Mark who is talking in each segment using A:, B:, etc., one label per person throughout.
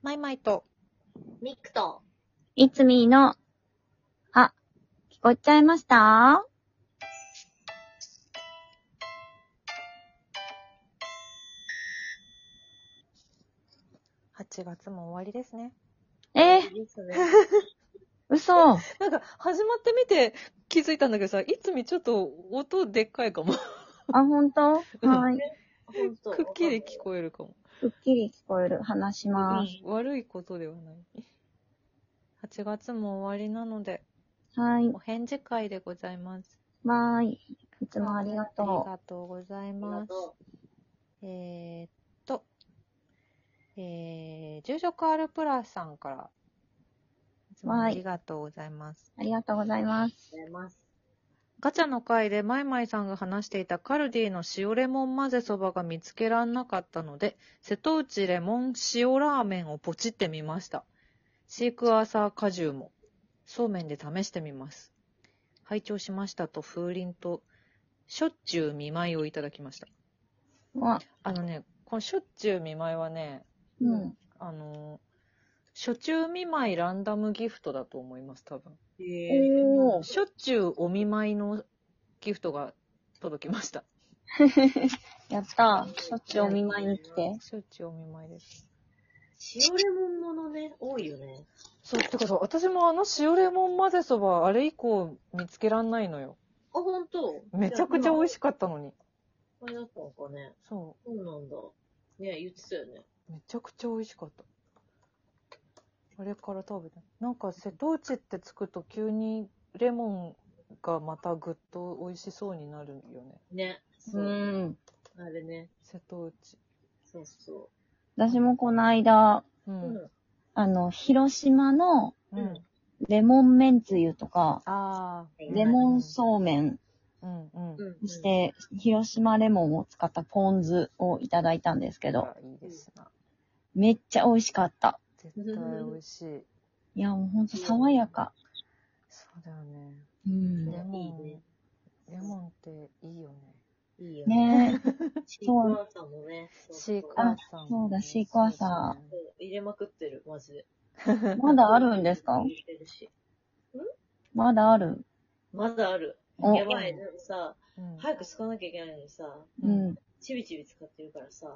A: マイマイと、
B: ミックと、
C: いつみーの、あ、聞こえちゃいました
A: 8月も終わりですね。
C: えー、
B: ですね。
C: 嘘。
A: なんか、始まってみて気づいたんだけどさ、いつみちょっと音でっかいかも。
C: あ、ほんとはい。
B: ほんと
A: くっきり聞こえるかも。
C: くっきり聞こえる。話します。
A: 悪いことではない。8月も終わりなので、
C: はい
A: お。返事会でございます。
C: バーイ。いつもありが
A: あ
C: と
A: りがとうござい
B: あり
A: ま
B: が
A: す。
B: と
A: えー、っと、えー、住職 R プラスさんから、いつもありがとうございます。
C: う。ありがとうございます。
B: うございます。
A: ガチャの回でマイマイさんが話していたカルディの塩レモン混ぜそばが見つけられなかったので、瀬戸内レモン塩ラーメンをポチってみました。シークワーサー果汁も、そうめんで試してみます。拝聴しましたと風鈴と、しょっちゅう見舞いをいただきました。
C: うわ、
A: あのね、このしょっちゅう見舞いはね、
C: うん。
A: あの初中見舞いランダムギフトだと思います、多分。
B: え
C: おー
A: しょっちゅうお見舞いのギフトが届きました。
C: やったー。しょっちゅうお見舞いに来て。
A: しょっちゅうお見舞いです。
B: 塩レモンものね、多いよね。
A: そう、てかさ、私もあの塩レモン混ぜそば、あれ以降見つけらんないのよ。
B: あ、ほんと
A: めちゃくちゃ美味
B: しい
A: しかったのに。
B: や。今いっぱいだったのかね。
A: そ
B: そうなんだ。ね言ってたよね。
A: う、めちゃくちゃ美味しかった。あれから食べた。なんか瀬戸内ってつくと急にレモンがまたぐっと美味しそうになるよね。
B: ね。
C: う
B: そう。
C: ん。
B: あれね。
A: 瀬戸内。
B: そうそ
C: 私もこの間、
A: う。
B: う。うんん。
C: あの、広島の
A: う
B: うんん。
C: レモンめんつゆとか、
A: ああ。
B: はい
C: レモンそうめん
A: うんうん。
B: うん。うん
C: し。て、広島レモンを使ったポン酢をいただいたんですけど、
A: あいいですな。
C: めっちゃ美味しかった。
A: 絶対美味しい。
C: いや、もうほんと爽やか。
A: そうだよね。
C: うん。
A: レモン、
B: いいね
A: レモンっていいよね。
B: いいよ。
C: ねえ、
B: シークワーサーもね。そうそう
A: シークワーサーもね。
C: あそうだシークワーサ
A: ー。
B: そう入れまくってる、マジで。
C: まだあるんですか
B: 入れてるし
C: まだある。
B: まだある。
C: お
B: やばい、でもさ、
A: うん
B: 早く使わなきゃいけないのにさ、
C: うん。
B: ちびちび使ってるからさ、
A: う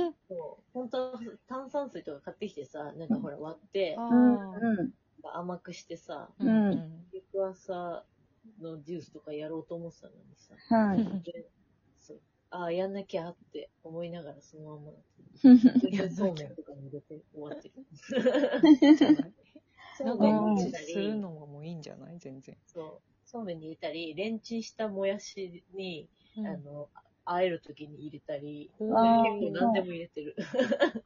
A: ん
B: そう本当は炭酸水とか買ってきてさ、なんかほら割って、
A: あ
C: うん。
A: ー
C: う
B: 甘くしてさ、
C: うん
B: 翌朝のジュースとかやろうと思ってたのにさ、
C: ん。はい。
B: でそうああ、やんなきゃって思いながらその まま、
A: やんなきゃ
B: そうめんとかに入れて終わってる。
A: な
B: そ
A: ん
B: う
A: か
B: め
C: うん
A: うん
B: に
A: ち
B: 入れた
A: する
B: り、
A: のがもういいんじゃない全然。
B: そう、そうめんに入れたり、レンチンしたもやしに、
A: うん
B: あの、あえるときに入れたり、
A: ほう
C: あー
B: 結構何でも入れてる。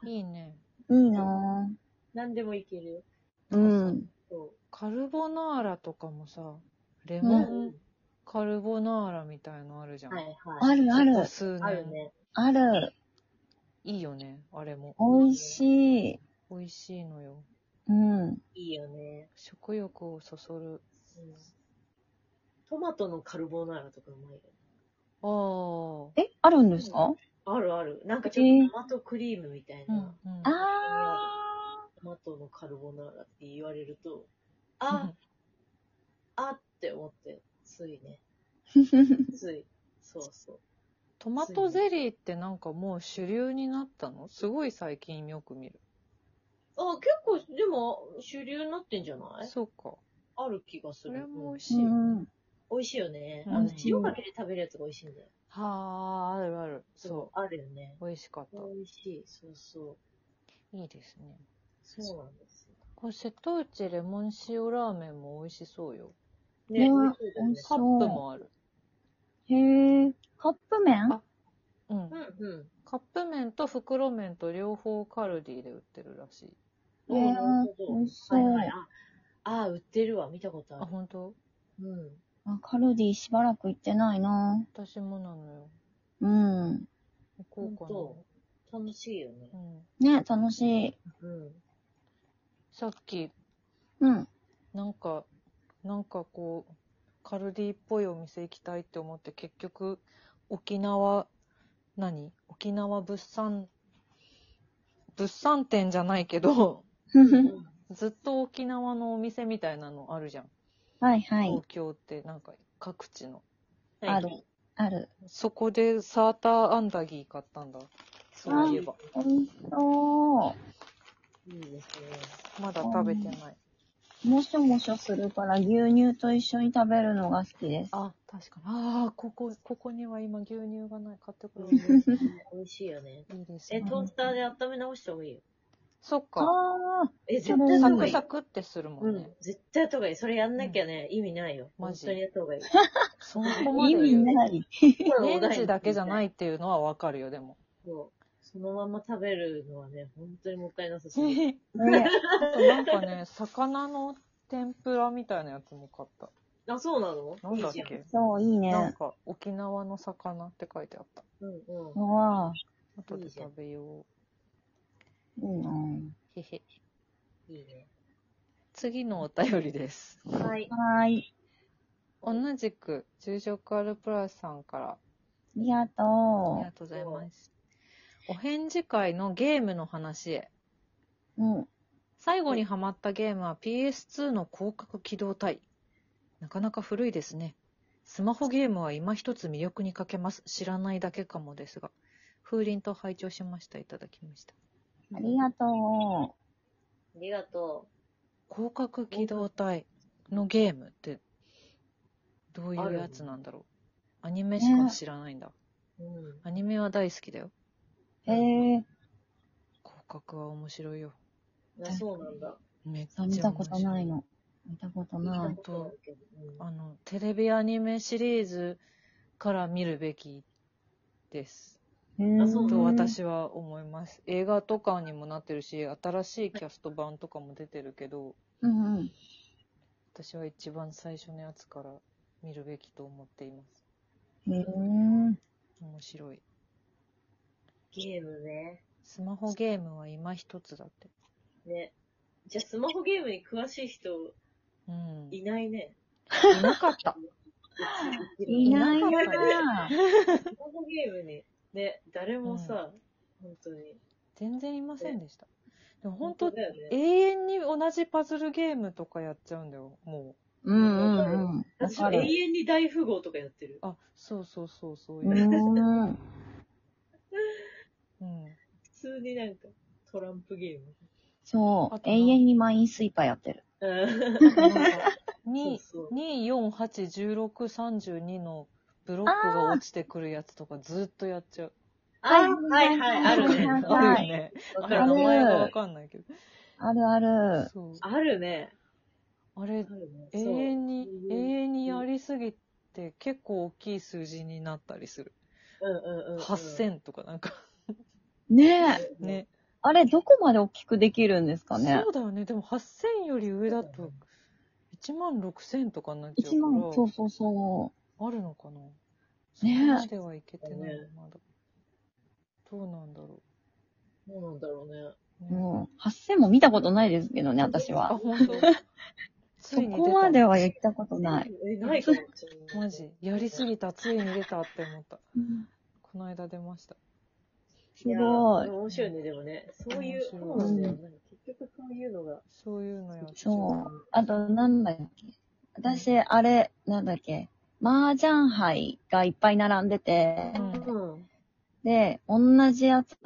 A: いいね。
C: いいな
B: 何でもいけるよ。
C: ぁ。うん。
B: そ
A: カルボナーラとかもさ、レ
B: う。
C: う
A: モン
B: ん、
A: カルボナーラみたいのあるじゃん。
B: はいはい。
C: あるあ
A: ここ
C: る。
A: 数
B: ある
A: 年。
B: ね。
C: ある。
A: いいよね、あれも。
C: 美味しい。
A: 美味しいのよ。
C: うん。
B: いいよね。
A: 食欲をそそる。
B: うんトマトのカルボナーラとかうまいよね。
A: ああ。
C: え、あるんですか
B: あるある。なんかちょっとトマトクリームみたいな。
A: うん
C: あ
B: トマトのカルボナーラって言われると、あ、あって思って、つい ね。
C: ー。
B: つい。そうそう。
A: トマトゼリーってなんかもう主流になったのすごい最近よく見る。
B: あ、結構、でも、主流になってんじゃない
A: そうか。
B: ある気がす
A: そ
B: る。
A: れも美味
B: しい。
A: し
C: う
A: い。
C: ん。
B: 美味しいよね。
A: うん
B: あの、塩かけて食べるやつが美味しいんだよ。
A: はあ、あるある。そ
B: あるよね。
A: う。美味しかった。
B: 美味しい。そうそう。
A: いいですね。
B: そうなんですよ。
A: これ瀬戸内レモン塩ラーメンも美味しそうよ。
B: 美
C: ね
B: 味しい
C: そ
A: カ
C: う
A: ップもある。
C: へえ。カップ麺
A: あうん。
B: だよねうんうん。
A: カップ麺と袋麺と両方カルディで売ってるらしい。
C: え
B: うんなるほど
C: 美味しそう
B: はいはいああー、売ってるわ。見たこと
A: あ、
B: ある。
A: 本当？
B: うん。
C: あ、カルディしばらく行ってないな
A: 私もなのよ。
C: うん。
A: 行こ
B: 楽しいよね
A: う。かな。うん。
C: ね、楽しい。
B: うん。
A: さっき
C: うん。
A: なんか、なんかこう、カルディっぽいお店行きたいって思って、結局、沖縄、何沖縄物産物産展じゃないけど、
C: ふ
B: う
C: ふ
B: ん
A: ずっと沖縄のお店みたいなのあるじゃん。
C: はいはい
A: 東。京ってなんか各地の。
C: ある。ある。
A: そこでサーターアンダギー買ったんだ。そういえば。
C: おいしそ
B: いいですね。
A: まだ食べてない。
C: う。もしょもしょするから牛乳と一緒に食べるのが好きです。
A: あ、確かに。ああ、ここ、ここには今牛乳がない。買ってく
B: う
A: る
B: ん。美味しいよね。
A: いいです
B: え、
A: ね。
B: トースターで温め直した方がいいよ。
A: そっ
C: あ
A: か。
C: あ
B: え、
C: そ
B: 絶対やった
C: れ
A: サ
B: 方が
A: ク
B: いい
A: サ。クってするも
B: うんん
A: ね。、
B: 絶対やった方がいい。それやんなきゃね、意味ないよ。
A: マ
B: 本
A: ジ
B: 当にやった方がいい。。
A: そこ
C: ー、
A: まで
C: 意
A: 言う。
C: 味ない。
A: レンジだけじゃないいっていうのはわかるよ、でも。
B: そう。そのまま食べるのはね、本当にもったいな さそう。
A: ね
C: ね、
A: あとなんかね、魚の天ぷらみたいなやつも買った。
B: あ、そうなの
A: なんだっ
B: いいじ
A: け
C: そう、いい
A: なん
C: ね。
A: か、沖縄の魚って書いてあった。
B: ゃんうんうん。
C: わあ、
A: 後で食べよ
C: いいな
A: う。へへ。
B: いいね。
A: 次のお便りです。
B: はい。
C: はーい。
A: 同じく、昼食あるプラスさんから、
C: ありが
A: あり
C: と
A: がとうございます。お返事会のゲームの話へ。
C: う。うん。
A: 最後にハマったゲームは PS2 の広角機動隊。なかなか古いですね。スマホゲームは今一つ魅力に欠けます。知らないだけかもですが。風鈴と拝聴しました。いただきました。
C: ありがと
B: ありがと
A: 広角機動隊のゲームって、どういうやつなんだろう。アニメしか知らないんだ。
B: う。うん。
A: アニメは大好きだよ。
C: う。へえ
A: 広角は面白いよ。
B: あそうなんだ。
A: めっちゃ
C: ー、
A: 面
C: 見
A: 白
C: た
A: い
C: ことないの。見たことな
B: 聞
C: い
B: い。たことあるけど
A: あの、テレビアニメシリーズから見るべきです。
C: へー
B: あそう
A: と私は思います。映画とかにもなってるし、新しいキャスト版とかも出てるけど、
C: うんうん。
A: 私は一番最初のやつから見るべきと思っています。
C: へー
A: 面白い。
B: ゲームね。
A: スマホゲームは今一つだって。
B: ね。じゃあ、スマホゲームに詳しい人
A: うん。い
B: いないね。
A: なかった。
C: いな
A: い
C: い
A: な
C: なぁ
A: かった。
B: スマホゲームに、ね、誰もさ、本当に。
A: 全然いませんでした。でも本
B: 本
A: 当
B: 当、だよね。
A: 永遠に同じパズルゲームとかやっちゃうんだよ、もう。
C: うんうんうん。わ
B: 私
C: か
B: 永
C: る。
B: 遠に大富豪とかやってる。
A: あ、そうそうそう、そう
C: う
A: いう。
C: ーん。
A: うん。
B: 普通になんか、トランプゲーム。
C: そ
A: あ
C: う。
A: と
C: 永
A: な
C: 遠にマインスイーパーやってる。
B: うん
A: なんか2、
B: そう
A: 2、4、8、16、32のブロックが落ちてくるやつとかずっとやっちゃう。
B: あ、はいはい、あるね。
C: はい
A: あるよね。
B: わ
A: あ
B: か
A: れ名
B: る
C: ある
A: 前がわかんないけど。
C: あるある。
A: そう。
B: あるね。
A: あれ
B: あ、るね
A: 永遠に、
B: そう
A: 永遠にやりすぎて結構大きい数字になったりする。
B: うんうんうんうん。
A: 8000とかなんか。
C: ねえ。
B: ね。
A: ね。
C: あれ、どこまで大きくできるんですかね
A: そうだよね。でも8000より上だと1万6000とかになっちゃうか
C: 一
A: ら。
C: 万、そうそうそ
A: あるのかなそこ
C: ねえ
A: まではいけてない
B: ね
A: の、まだ。どうなんだろ
B: どうなんだろうね。
A: う。
C: う。う
A: ね
C: ん。八千も見たことないですけどね、私
A: あ、
C: は。
A: 本当。つ
C: そ
A: いに出た
C: こまでは言ったことない。。
B: え、ないかもしれ ない。
A: マジやりすぎた、ついに出たって思った。
C: うん
A: この間出ました。
C: す
B: いや
C: ごい。
B: 面白いね、でもね。そういう、そ
A: 面
B: う
A: 白い
B: なんだよね。結局そういうのが。
A: そういうのやってた
C: そう。あと、なんだっけ。私、あれ、なんだっけ。麻雀杯がいっぱい並んでて、
A: うん
B: うん。
C: で、同じやつ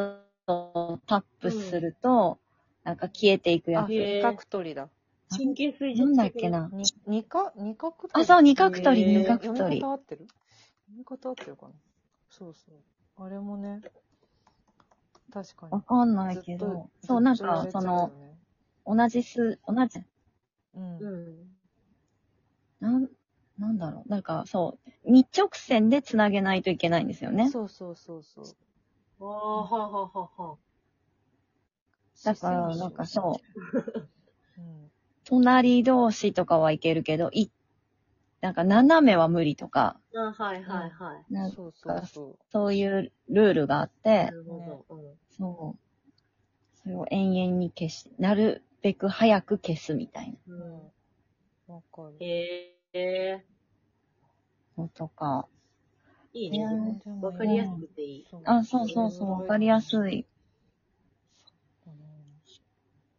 C: をタップすると、なんか消えていくや
A: あ、
C: つ。
B: へえ
A: 角取りだ。
B: 神経衰
C: な
B: 弱。
C: んだっけ。な。
A: に、二か、二角取り。
C: あ、そう、二角鳥、
B: へえ
C: 二角
A: 読み
C: 鳥。
A: 方合ってる読み方合ってるかなそうそう。あれもね、確か
C: わ
A: に。
C: かんないけ
A: ずっ
C: ど
A: と。
C: そう、なん
A: ずっとや
C: か
A: れ、ちゃ
C: そうの
A: よ、ね
C: 同じ数、同じ、
A: うん。
B: うん。
C: なん、なんだろう。なんか、そう、一直線でつなげないといけないんですよね。
A: そうそうそうそう。
B: ああ、はあはあはあはあ。
C: だから、なんか
A: う。
C: そう、
A: うん、
C: 隣同士とかはいけるけど、い、なんか斜めは無理とか、
B: あはいはいはい。
C: なん
A: そうそうそ
C: そういうルールがあって
B: な、るほど。うん。
C: そう、それを延々に消し、なるべく早く消すみたいな
A: う。
B: うん
A: うん。わかる。
B: へえ
C: のとか。
B: いい
C: い
B: ね
C: や。ー
B: わかりやすくていい。
A: そう
C: あ、そうそうそう、わかりやすい。
A: う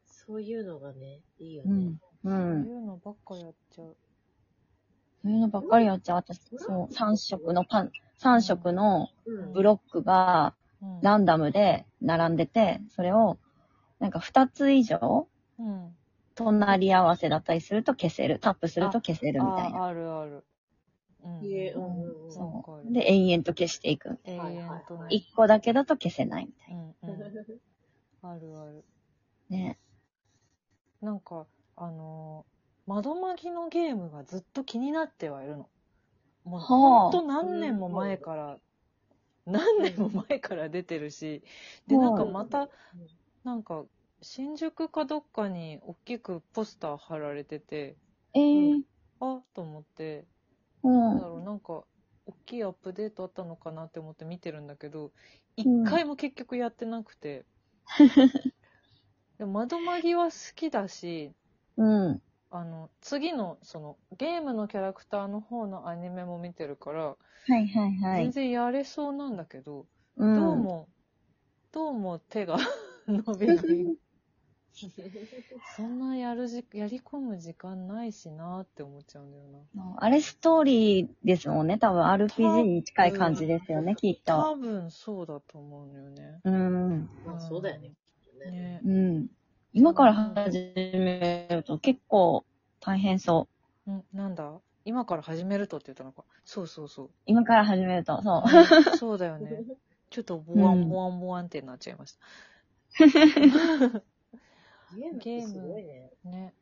B: そういうのがね、いいよ
C: う
B: ね
C: ん。。う。
A: そうんいうのばっかやっちゃう。
C: そういうのばっかりやっちゃう。私、そう、3色のパン、3色の
B: うん
C: ブロックが
A: うん。
C: ランダムで並んでて、それを、なんか2つ以上、
A: うん。
C: 隣り合わせだったりすると消せる。タップすると消せるみたいな。
A: あ、あるある。うん。
B: いえ、うんうんうん。
A: わ
C: そ
A: かる
C: う。で、延々と消していく。
A: 永遠とね。
B: はい
C: 1個だけだと消せないみたいうな。
A: んうん。あるある。
C: ね。
A: なんか、あのー窓まぎのゲームがずっと気になってはいるの。もう、
C: はあ
A: ほんと何年も前から、何年も前から出てるし、で、
C: はい
A: なんかまた、なんか、新宿かどっかに大きくポスター貼られてて、
C: えー、
A: あっと思って、
C: う
A: なん
C: ん
A: だ。ろう、なんか、大きいアップデートあったのかなって思って見てるんだけど、一
C: うん
A: 回も結局やってなく て。でも窓まぎは好きだし、
C: うん。
A: あの、次の、その、ゲームのキャラクターの方のアニメも見てるから、
C: はいはいは
A: 全
C: い。
A: 然やれそうなんだけど、
C: うん
A: どうも、どうも手が伸び ない。そんなやるじ、やり込む時間ないしなって思っちゃうんだよな。
C: あれストーリーですもんね。多分 RPG に近い感じですよね、きっと。
A: 多分そうだと思うんだよね。
C: うん。
B: まあそうだよね。きっとね
A: ね。
C: うん。今から始めると結構大変そう。
A: うん、なんだ今から始めるとって言ったのか。そうそう そう。
C: 今から始めると、そう。
A: そうだよね。ちょっとボワ
C: う
A: ン
C: ん
A: ボワンボワンってなっちゃいました。
B: ゲームってすごいね。
A: ね。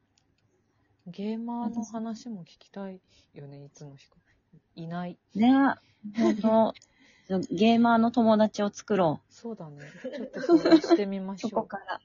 A: ゲーマーの話も聞きたいよね、いつの日か。いない。
C: ね本当ゲーマーの友達を作ろ
A: そうだね。ちょっとそうしてみま
C: う。
A: し
C: そ
A: ょう
C: こ。から。